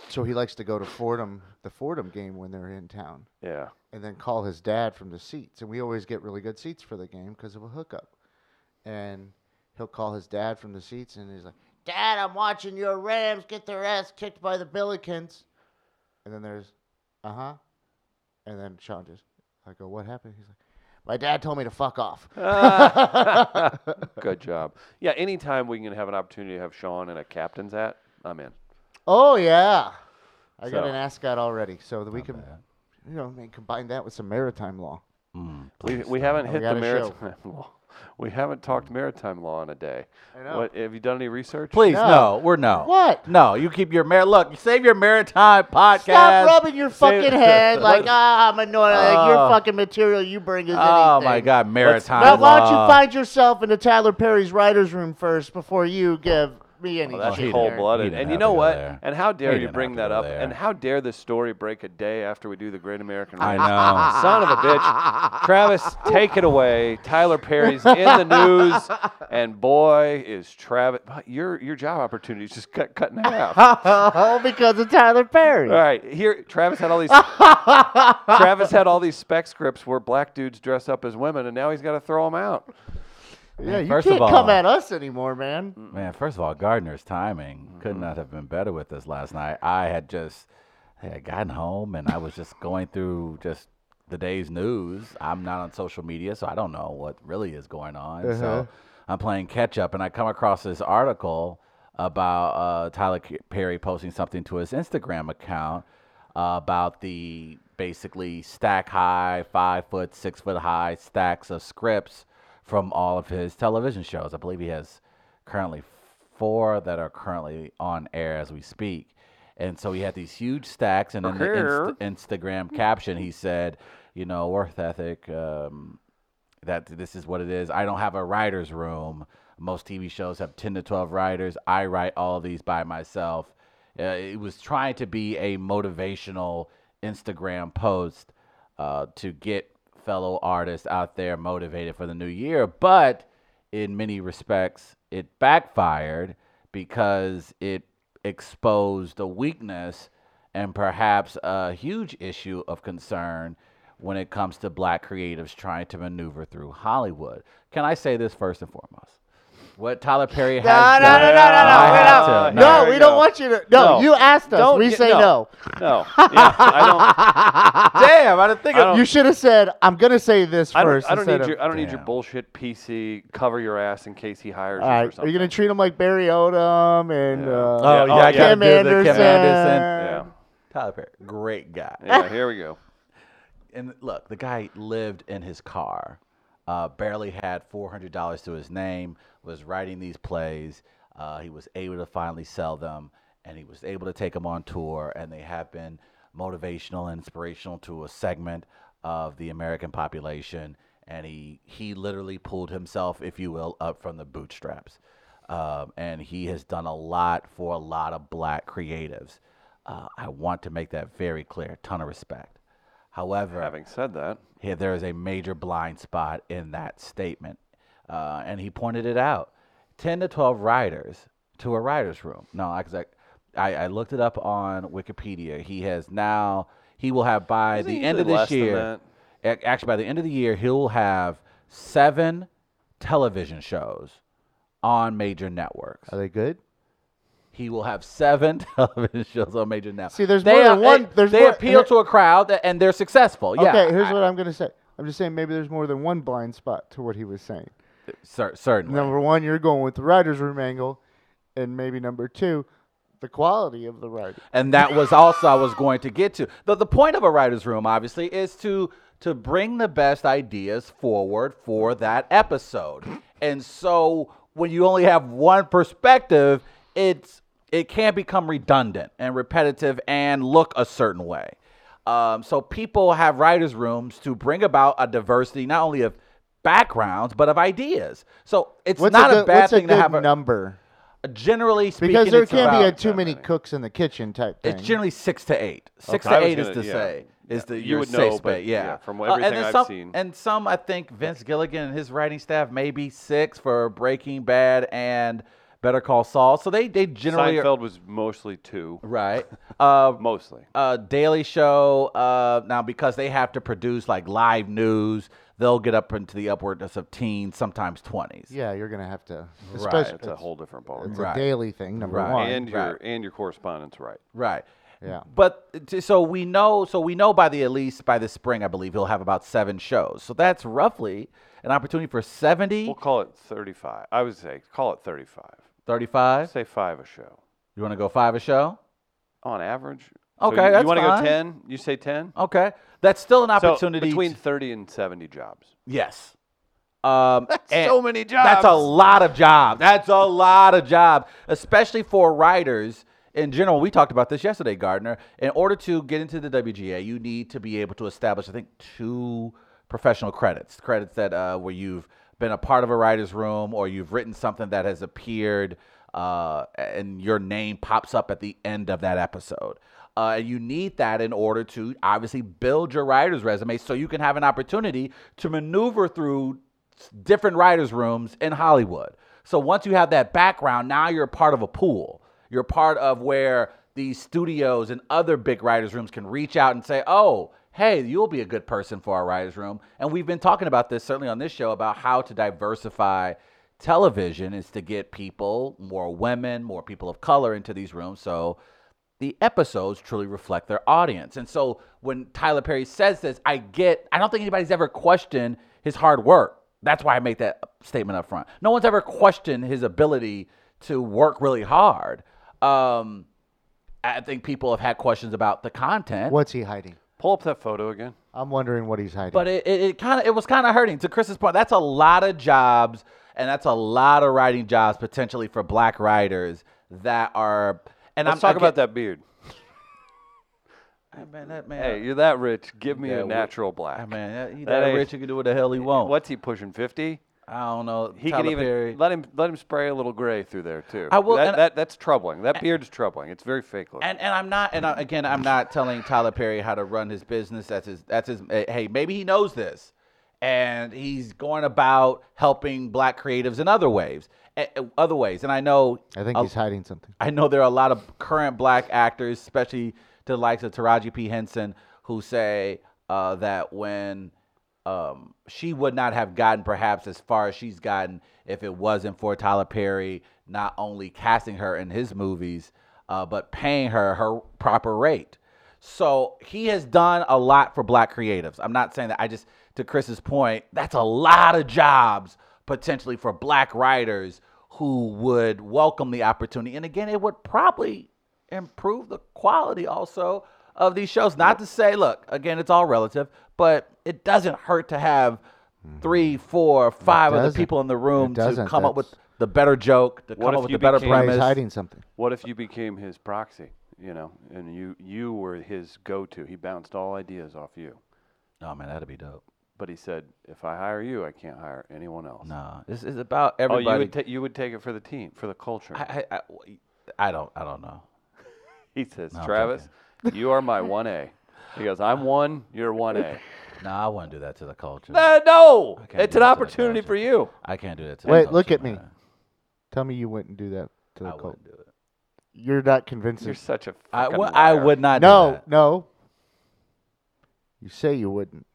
So he likes to go to Fordham, the Fordham game when they're in town,
Yeah.
and then call his dad from the seats. And we always get really good seats for the game because of a hookup. And he'll call his dad from the seats, and he's like, Dad, I'm watching your Rams get their ass kicked by the Billikens. And then there's, uh huh. And then Sean just, I go, what happened? He's like, my dad told me to fuck
<laughs>
off.
Ah. Good job. Yeah, anytime we can have an opportunity to have Sean in a captain's hat, I'm in.
Oh yeah, I got
So-
an ascot already, so that we
Not
can,
bad.
you know, may combine that with some maritime law.
Mm,
We,
please
we
stop.
haven't
We
hit
got
the
a show.
maritime law. We haven't talked maritime law in a day.
I know.
What have you done any research?
Please, no.
No.
we're no.
What?
No, you keep your mar. Look, save your maritime podcast.
Stop rubbing your
Save-
<laughs>
fucking head like
What-
ah, I'm annoyed. like, your
Oh.
fucking material you bring is
Oh
anything.
my God, maritime.
Now, why don't
law.
you find yourself into Tyler Perry's writers' room first before you give me any?
Well, Oh, that's
he didn't-
shit
cold
there?
he
blooded.
didn't
And
have
you
to
know
go
what?
there.
And how dare
He
you
didn't
bring
have to
that
go
up?
there.
And how dare this story break a day after we do the Great American
I
Race?
know.
<laughs> Son of a bitch. Travis, take it away. Tyler Perry's in the news. And boy, is Travis. Your, your job opportunities just cut, cut in half.
<laughs>
All Oh, because of Tyler Perry.
All right, here Travis had all these. Travis had all these spec scripts where black dudes dress up as women, and now he's got to throw them out.
Yeah, you
First of
can't come
all-
at us anymore, man.
Mm.
Man, first of all, Gardner's timing could not have been better with this last night. I had just I had gotten home and I was just going through just the day's news. I'm not on social media, so I don't know what really is going on.
Uh-huh.
So I'm playing catch up and I come across this article about uh, Tyler K- Perry posting something to his Instagram account uh, about the basically stack high, five foot, six foot high stacks of scripts from all of his television shows. I believe he has currently four that are currently on air as we speak. And so he had these huge stacks, and in the
Here.
inst- Instagram caption, he said, "You know, worth ethic. Um, that this is what it is. I don't have a writer's room. Most TV shows have 10 to 12 writers. I write all these by myself. Uh, it was trying to be a motivational Instagram post uh, to get fellow artists out there motivated for the new year, but in many respects, it backfired because it exposed a weakness and perhaps a huge issue of concern when it comes to black creatives trying to maneuver through Hollywood. Can I say this first and foremost? What Tyler Perry has
No, no, no,
done,
no, no,
I have
no,
to-
no, no.
There
No,
we
we don't
go.
want you to. No,
No.
you asked us.
Don't
we
get-
say
no.
no.
No, yeah, I don't.
Damn, I didn't think
I
of
don't-
You should have said, "I'm gonna say this
I
first
don't, I don't
instead
need your.
of,
I don't need your
Damn.
bullshit PC. Cover your ass in case he hires
All
you
right,
for
are
something.
you gonna treat him like Barry Odom and
Yeah.
uh,
Oh, yeah,
oh,
I
yeah.
gotta
Kim
do the
Anderson?
Kim Anderson.
yeah,
Tyler Perry, great guy.
yeah. Here we go.
and look, the guy lived in his car, uh, barely had four hundred dollars to his name, was writing these plays. Uh, he was able to finally sell them, and he was able to take them on tour, and they have been motivational and inspirational to a segment of the American population. And he he literally pulled himself, if you will, up from the bootstraps, um, and he has done a lot for a lot of black creatives. Uh, I want to make that very clear. Ton of respect. However,
<laughs> Having said that,
yeah, there is a major blind spot in that statement. Uh, and he pointed it out 10 to 12 writers to a writer's room. No, I, 'cause I, I, I looked it up on Wikipedia. He has now, he will have by
Isn't it
the end of
usually
this
less than
year, ac- actually, by the end of the year, he'll have seven television shows on major networks.
Are they good?
He will have seven <laughs> television shows on major networks.
See, there's more than one-
They, eh,
there's
they
more-
appeal to a crowd that, and they're successful. Yeah,
okay, here's
I-
what I'm gonna say. I'm just saying maybe there's more than one blind spot to what he was saying.
cer- certainly.
Number one, you're going with the writers' room angle, and maybe number two, the quality of the writer.
and that was also I was going to get to. The, the point of a writer's room, obviously, is to to bring the best ideas forward for that episode. And so when you only have one perspective, it's it can become redundant and repetitive and look a certain way. Um, so people have writers' rooms to bring about a diversity not only of backgrounds but of ideas. So it's
What's
not
a
a,
good,
bad
what's
thing
a
to
good
have a
number?
generally speaking,
Because there
it's
can't be
about-
a too
that
many
many.
cooks in the kitchen type thing.
It's generally six to eight. Six
Okay. I
to
was
eight is
gonna-
to
yeah.
say is
Yeah.
the
You
your
would know,
safe
but
space.
yeah,
Yeah.
from
Uh,
everything
and then
I've
some,
seen.
and some I think Vince Gilligan and his writing staff maybe six for Breaking Bad and Better Call Saul. So they they generally are-
Seinfeld was mostly two,
right. Uh,
mostly.
uh, Daily Show uh, now because they have to produce like live news. They'll get up into the upwardness of teens, sometimes twenties.
yeah, you're gonna have to.
Right.
Especially,
It's a whole different ballgame.
It's
Right.
a daily thing. Number
Right.
one.
And your
right.
and your correspondence, right?
Right.
Yeah.
But t- so we know, so we know by the at least by the spring, I believe he'll have about seven shows. So that's roughly an opportunity for 70,
We'll call it thirty-five. I would say call it thirty-five.
35.
Say five a show
You want to go five a show?
on average.
Okay,
so you,
that's
want to go
fine.
ten? You say ten?
Okay, that's still an
So
opportunity.
between
to-
thirty and seventy jobs.
yes. Um, and-
so many
That's a
jobs.
lot of jobs. That's a lot of jobs, especially for writers in general. We talked about this yesterday, Gardner. In order to get into the WGA, you need to be able to establish, I think, two professional credits. Credits that uh, where you've been a part of a writer's room or you've written something that has appeared uh, and your name pops up at the end of that episode. Uh, and you need that in order to obviously build your writer's resume so you can have an opportunity to maneuver through s- different writers' rooms in Hollywood. So once you have that background, now you're part of a pool. You're part of where these studios and other big writers' rooms can reach out and say, oh, hey, you'll be a good person for our writers' room. And we've been talking about this, certainly on this show, about how to diversify television is to get people, more women, more people of color into these rooms. So the episodes truly reflect their audience. And so when Tyler Perry says this, I get, I don't think anybody's ever questioned his hard work. That's why I make that statement up front. No one's ever questioned his ability to work really hard. Um, I think people have had questions about the content.
What's he hiding?
Pull up that photo again.
I'm wondering what he's hiding.
But it, it, it kind of it was kind of hurting. To Chris's point, that's a lot of jobs, and that's a lot of writing jobs potentially for Black writers that are. And
Let's
I'm
talk about that beard.
that. Man, that man.
Hey, you're that rich. Give me
Yeah,
a
we-
natural black.
Ah, man, that, he
That
that
ain't-
rich, he can do what the hell he wants.
What's he pushing? Fifty?
I don't know.
Oh. He
Tyler
can even
Perry.
let him let him spray a little gray through there too.
I will-
That,
and-
that that's troubling. That beard's troubling. It's very fake looking.
And and I'm not. And I, again, I'm not telling Tyler Perry how to run his business. That's his. That's his. eh, Hey, maybe he knows this, and he's going about helping Black creatives in other ways, eh, eh, other ways. And I know.
I think
a-
he's hiding something.
I know there are a lot of current black actors, especially the likes of Taraji P. Henson, who say uh, that when um, she would not have gotten perhaps as far as she's gotten if it wasn't for Tyler Perry not only casting her in his movies, uh, but paying her her proper rate. So he has done a lot for black creatives. I'm not saying that. I just, to Chris's point, that's a lot of jobs potentially for black writers who would welcome the opportunity. And again, it would probably improve the quality also of these shows. Not to say, look, again, it's all relative, but it doesn't hurt to have three, four, five other
Mm-hmm. doesn't.
people in the room
It
to
doesn't.
come up with
That's-
the better joke, to
What
come
if
up with
you
the better
became-
Right, he's
premise.
hiding something.
What if you became his proxy? You know, and you you were his go-to. He bounced all ideas off you.
Oh man, that'd be dope.
But he said, if I hire you, I can't hire anyone else.
Nah, this is about
oh,
everybody.
you would ta- you would take it for the team, for the culture.
I, I, I, I don't I don't know.
he says,
I'm
Travis, <laughs> you are my one A. He goes, I'm one. You're one
<laughs>
A. Uh,
No, I wouldn't do that to the culture.
no,
can't
it's
do
an
that to the
opportunity
culture.
for you.
I can't do that to the
Wait,
culture.
look at me. oh.
man.
Tell me you wouldn't do that to the
I
cult.
wouldn't do it.
You're not convincing.
You're such a.
I,
fucking
w- I
liar.
would not do
no,
that.
no. You say you wouldn't,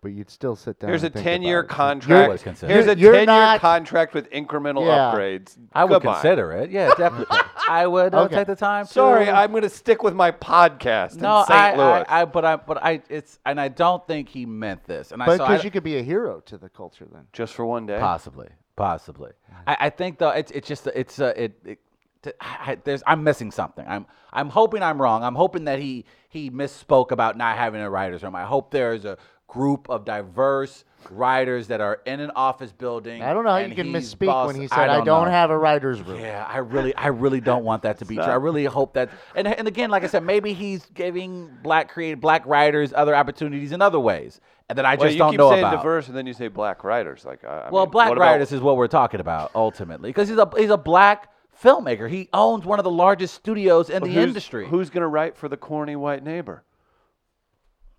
but you'd still sit down.
Here's a
and think about
10-year
it.
You
contract.
would consider
Here's
it.
a
You're
10-year
not-
contract with incremental
Yeah.
upgrades.
I would
Goodbye.
consider it. Yeah,
<laughs>
definitely. I would uh,
Okay.
take the time. to-
Sorry, I'm going to stick with my podcast
no,
in St.
I,
Louis.
I, I, but I, but I, it's, and I don't think he meant this. And I,
But
so I,
because you could be a hero to the culture, then
Just for one day.
Possibly, possibly. I, I think though it's it's just it's uh, it. it t- I, I- there's, I'm missing something. I'm I'm hoping I'm wrong. I'm hoping that he he misspoke about not having a writers room. I hope there's a group of diverse writers that are in an office building.
I don't know how
and
you can
he's
misspeak
boss-
when he said, "I don't,
know."
have a writer's room."
Yeah, I really, I really don't want that to
<laughs>
be true. I really hope that, and and again, like I said, maybe he's giving black create black writers other opportunities in other ways and that I
Well,
just
you
don't
keep
know
saying
about.
diverse, and then you say black writers. Like, I, I
Well,
mean,
black
what about-
writers is what we're talking about ultimately, because he's a he's a black filmmaker. He owns one of the largest studios in
Well,
the
who's-
industry.
Who's going to write for the corny white neighbor?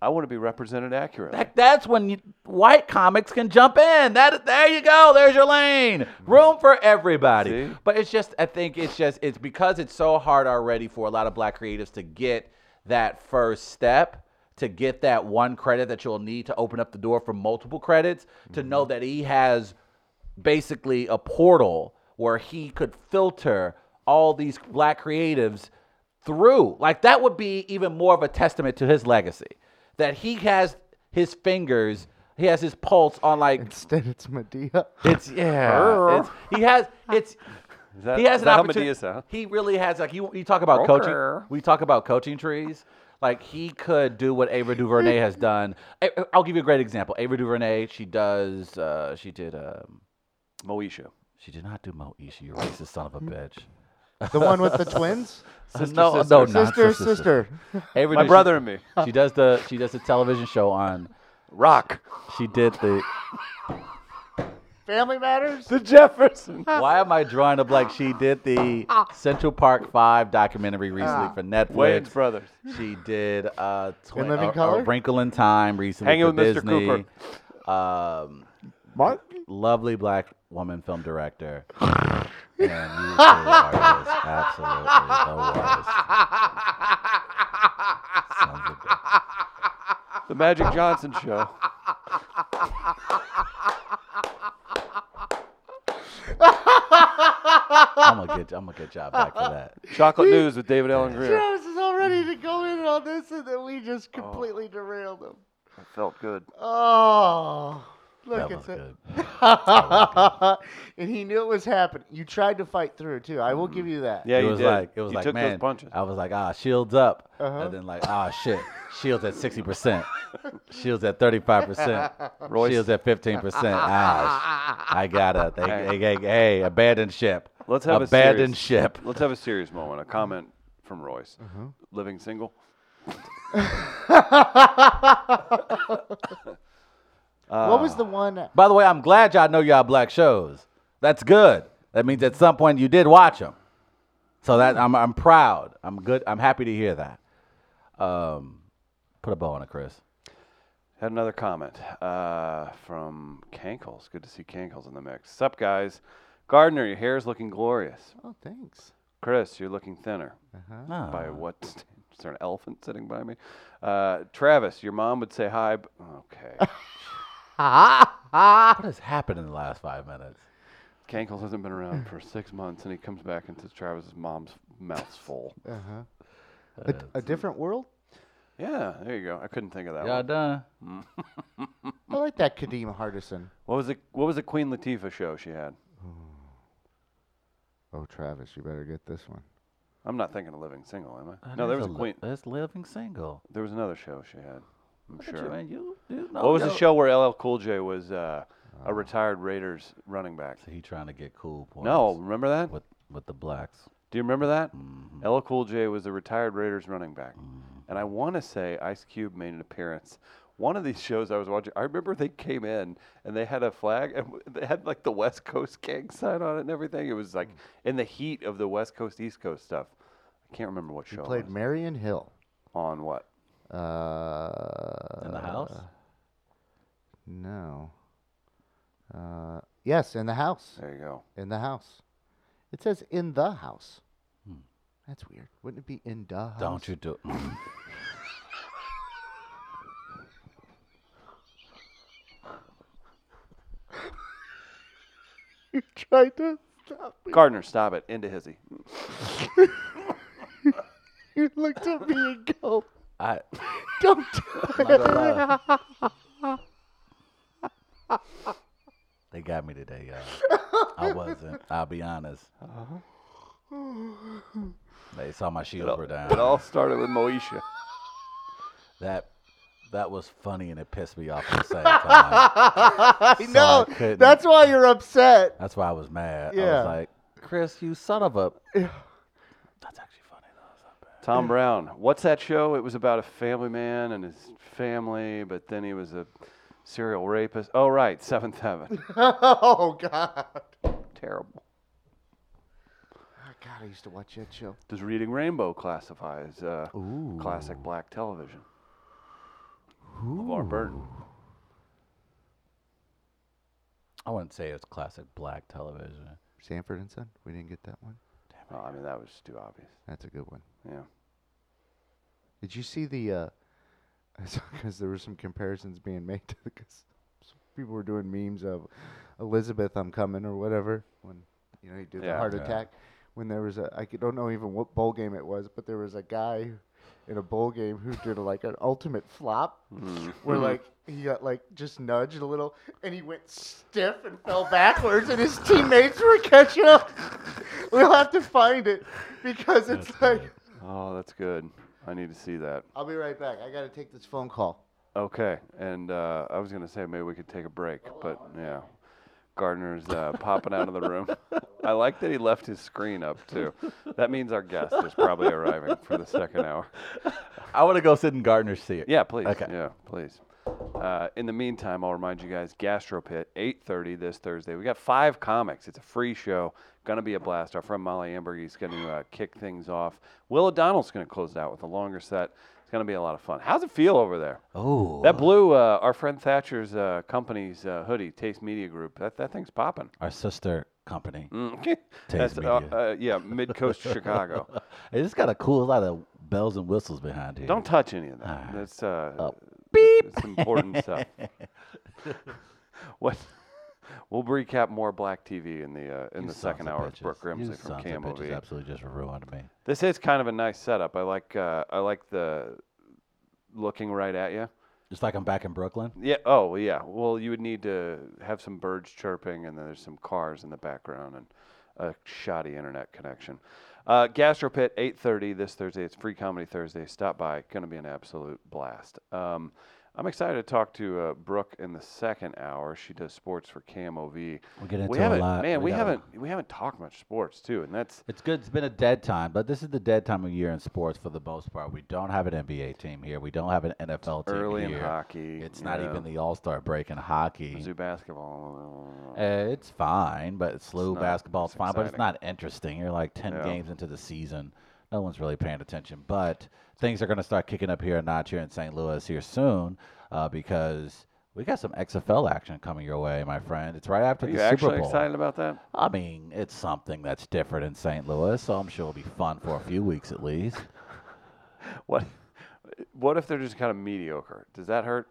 I want to be represented accurately.
That, that's when you, white comics can jump in. That there you go. There's your lane. Room for everybody.
See?
But it's just I think it's just it's because it's so hard already for a lot of black creatives to get that first step, to get that one credit that you'll need to open up the door for multiple credits, to
Mm-hmm.
know that he has basically a portal where he could filter all these black creatives through. Like that would be even more of a testament to his legacy that he has his fingers, he has his pulse on like
Instead, it's Medea.
<laughs> it's yeah. It's, he has it's.
Is that-
he has
is
an
that how
opportunity.
Madea sound?
He really has like you. You talk about coaching.
Okay.
We talk about coaching trees. Like he could do what Ava DuVernay
<laughs>
has done. I, I'll give you a great example. Ava DuVernay. She does. Uh, she did. Um,
Moesha.
she did not do Moesha. You racist son of a bitch.
The one with
<laughs>
the twins?
<laughs> Sister,
no,
sister.
Oh, no, not
sister, sister.
Ava
My
Du- she-
brother and me.
<laughs> She does the. She does the television show on.
Rock.
<laughs> She did the.
Family Matters?
The <laughs> Jefferson.
Why am I drawing a blank? She did the Central Park Five documentary recently
Ah.
for Netflix.
Wayne's brothers.
She did uh, twi-
In Living
a, a
Colour?
Wrinkle in Time recently
Hanging
for
with Mr.
Disney.
Cooper.
Um,
Mark?
lovely black woman film
<laughs>
director. and you two are just absolutely the
<laughs>
worst. Sons of bitch.
The Magic Johnson
<laughs>
Show.
I'm gonna get I'm gonna get y'all back for that.
Chocolate News with David Allen Greer.
Travis is all ready to go in on this, and then we just
Oh.
completely derailed him.
It felt good.
Oh,
That
<laughs> look
was
at it.
good.
<laughs> and he knew it was happening. You tried to fight through too. I will
Mm.
give you that.
Yeah,
it
you
was
did.
like it was
you
like
took
man,
those punches.
I was like ah shields up,
Uh-huh.
and then like ah shit, shields at sixty percent, shields at thirty five
<laughs>
percent,
Royce.
shields at fifteen percent.
<laughs>
Ah, sh- I gotta they, hey. Hey, hey, abandon ship.
Let's have a
abandon
serious-
ship.
Let's have a serious moment. A comment from Royce. Living single.
What was the one?
By the way, I'm glad y'all know y'all black shows. That's good. That means at some point you did watch them. So that I'm I'm proud. I'm good. I'm happy to hear that. Um, put a bow on it, Chris.
Had another comment uh, from Cankles. Good to see Cankles in the mix. Sup, guys. Gardner, your hair is looking glorious.
Oh, thanks.
Chris, you're looking thinner.
Ah.
By what? <laughs> st- Is there an elephant sitting by me? Uh, Travis, your mom would say hi. b- Okay.
What has happened in the last five minutes?
Cankles hasn't been around for six months, and he comes back and says Travis's mom's
<laughs>
mouth's full.
Uh huh. A, a different world.
Yeah, there you go. I couldn't think of that.
Y'all
One.
done?
I like that Kadeem Hardison.
What was it? What was the Queen Latifah show she had?
Oh, Travis, you better get this one.
I'm not thinking of Living Single, am
Uh,
I? no, there was a Queen.
That's living single.
There was another show she had. I'm sure.
You, you, you know,
What was the
yo-
show where LL Cool J was uh, a retired Raiders running back?
So he trying to get cool points.
No, remember that?
with with the blacks.
Do you remember that?
Mm-hmm.
LL Cool J was a retired Raiders running back, and I want to say Ice Cube made an appearance. One of these shows I was watching, I remember they came in and they had a flag and w- they had like the West Coast gang sign on it and everything. It was like
Mm.
in the heat of the West Coast East Coast stuff. I can't remember what
He
show it
played
was.
Marion Hill.
on what.
Uh,
In the house.
No. Uh, yes, in the house.
There you go.
In the house. It says in the house. That's weird. Wouldn't it be in the house?
Hmm. Don't you do?
<laughs>
<laughs>
you try to stop me?
Gardner, stop it. Into hizzy.
You looked at me and go,
I.
"Don't <laughs> do
not gonna
<laughs>
lie. they got me today, y'all.
<laughs>
I wasn't. I'll be honest.
Uh-huh.
They saw my shields were down.
It all started with Moesha.
That that was funny and it pissed me off at the same
<laughs>
time.
I know.
couldn't.
That's why you're upset. <laughs>
That's why I was mad. I
Yeah.
was like, Chris, you son of a.
Yeah.
That's actually funny though. It's not bad.
Tom Brown. What's that show? It was about a family man and his family, but then he was a serial rapist. Oh, right.
<laughs>
Seventh Heaven.
oh God.
Terrible.
God, I used to watch that show.
Does Reading Rainbow classify as uh,
Ooh.
classic black television? LeVar Burton.
I wouldn't say it's classic black television.
Sanford and Son. We didn't get that one.
Well, I mean, that was too obvious.
That's a good one.
Yeah.
Did you see the? Uh, <laughs> I saw because there were some comparisons being made <laughs> to because people were doing memes of Elizabeth, I'm coming or whatever when you know he did
Yeah.
the heart
Yeah.
attack. When there was a, I c- don't know even what bowl game it was, but there was a guy in a bowl game who did like an ultimate flop where like he got like just nudged a little and he went stiff and fell backwards and his teammates were catching up. <laughs> we'll have to find it because it's like.
Oh, that's good. I need to see that.
I'll be right back. I gotta take this phone call.
Okay, and uh, I was gonna say maybe we could take a break, but yeah, Gardner's uh, popping out of the room. <laughs> I like that he left his screen up too. That means our guest is probably arriving for the second hour.
I want to go sit in Gardner's seat.
Yeah, please.
Okay.
Yeah, please. Uh, in the meantime, I'll remind you guys, Gastropit, 8.30 this Thursday. We got five comics. It's a free show. Going to be a blast. Our friend Molly Amberg is going to uh, kick things off. Will O'Donnell's going to close it out with a longer set. It's going to be a lot of fun. How's it feel over there?
Oh.
That blue, uh, our friend Thatcher's uh, company's uh, hoodie, Taste Media Group, that, that thing's popping.
Our sister company.
Mm. <laughs>
Taste
That's, uh,
Media.
uh, yeah,
<laughs>
Mid Coast Chicago.
It's got a cool lot of bells and whistles behind here. <laughs>
Don't touch any of that.
Ah.
That's uh,
Oh,
beep.
<laughs>
It's important stuff. what? We'll recap more Black TV in the uh, in
You
the
sons
second
of
hour with
bitches.
Brooke Grimsley
You
from
sons of bitches
KMOV.
Absolutely just ruined me.
This is kind of a nice setup. I like uh, I like the looking right at you.
It's like I'm back in Brooklyn.
Yeah. Oh, yeah. Well, you would need to have some birds chirping, and then there's some cars in the background, and a shoddy internet connection. Uh, Gastropit, 8:30 this Thursday. It's free comedy Thursday. Stop by. Going to be an absolute blast. Um, I'm excited to talk to uh, Brooke in the second hour. She does sports for KMOV.
We get into
We
a
haven't,
lot.
man. We,
gotta-
haven't, we haven't talked much sports too, and that's
It's good. It's been a dead time, but this is the dead time of year in sports for the most part. We don't have an NBA team here. We don't have an NFL team
early
here.
in hockey.
It's
you
not
know,
even the All Star break in hockey.
Mizzou basketball.
Uh, it's fine, but it's slow
not
basketball. It's
as
fine, but it's
exciting.
not interesting. You're like 10
Yeah.
games into the season. No one's really paying attention. But things are going to start kicking up here a notch here in St. Louis here soon uh, because we got some XFL action coming your way, my friend. It's right after
Are
the
you
Super
actually
Bowl.
excited about that?
I mean, it's something that's different in St. Louis, so I'm sure it'll be fun for a few weeks at least.
What <laughs> what if they're just kind of mediocre? Does that hurt?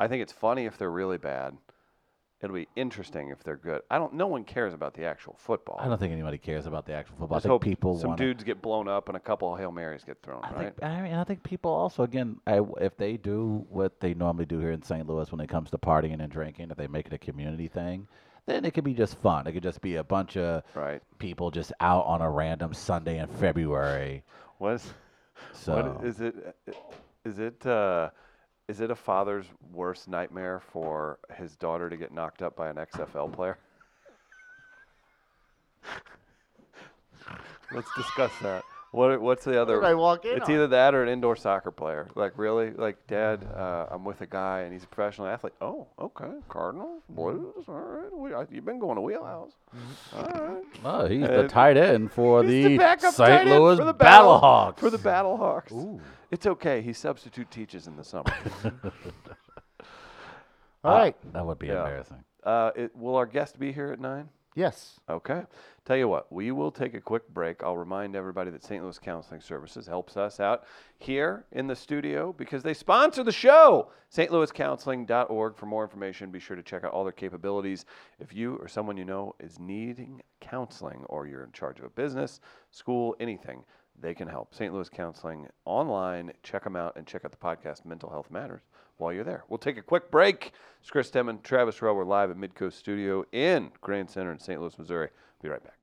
I think it's funny if they're really bad. It'll be interesting if they're good. I don't. No one cares about the actual football.
I don't think anybody cares about the actual football.
Just
I think
hope
people
some
want
dudes get blown up and a couple hail marys get thrown.
I
right?
think I mean I think people also again I, if they do what they normally do here in St. Louis when it comes to partying and drinking, if they make it a community thing, then it could be just fun. It could just be a bunch of
right.
people just out on a random Sunday in February.
What is,
So
what is it? Is it? Uh, is it a father's worst nightmare for his daughter to get knocked up by an XFL player? <laughs> Let's discuss that. What, what's the other?
Did I walk in?
It's
on?
either that or an indoor soccer player. Like really, like Dad, uh, I'm with a guy and he's a professional athlete. Oh, okay, Cardinals, Blues. All right, we, I, you've been going to Wheelhouse.
Mm-hmm.
All right,
oh, he's
uh,
the tight end for
He's
the,
backup tight
St.
end
Louis
for the
Battle
Battle-
Hawks.
for the Battle Hawks.
Ooh.
It's okay. He substitute teaches in the <laughs> summer.
All right.
that would be
Yeah.
embarrassing.
uh, it, will our guest be here at nine?
Yes.
Okay. Tell you what, we will take a quick break. I'll remind everybody that St. Louis Counseling Services helps us out here in the studio because they sponsor the show. stlouiscounseling.org for more information. Be sure to check out all their capabilities. If you or someone you know is needing counseling or you're in charge of a business, school, anything, they can help. St. Louis Counseling online. Check them out and check out the podcast Mental Health Matters while you're there. We'll take a quick break. It's Chris Demon, Travis Rowe. We're live at Midcoast Studio in Grand Center in St. Louis, Missouri. Be right back.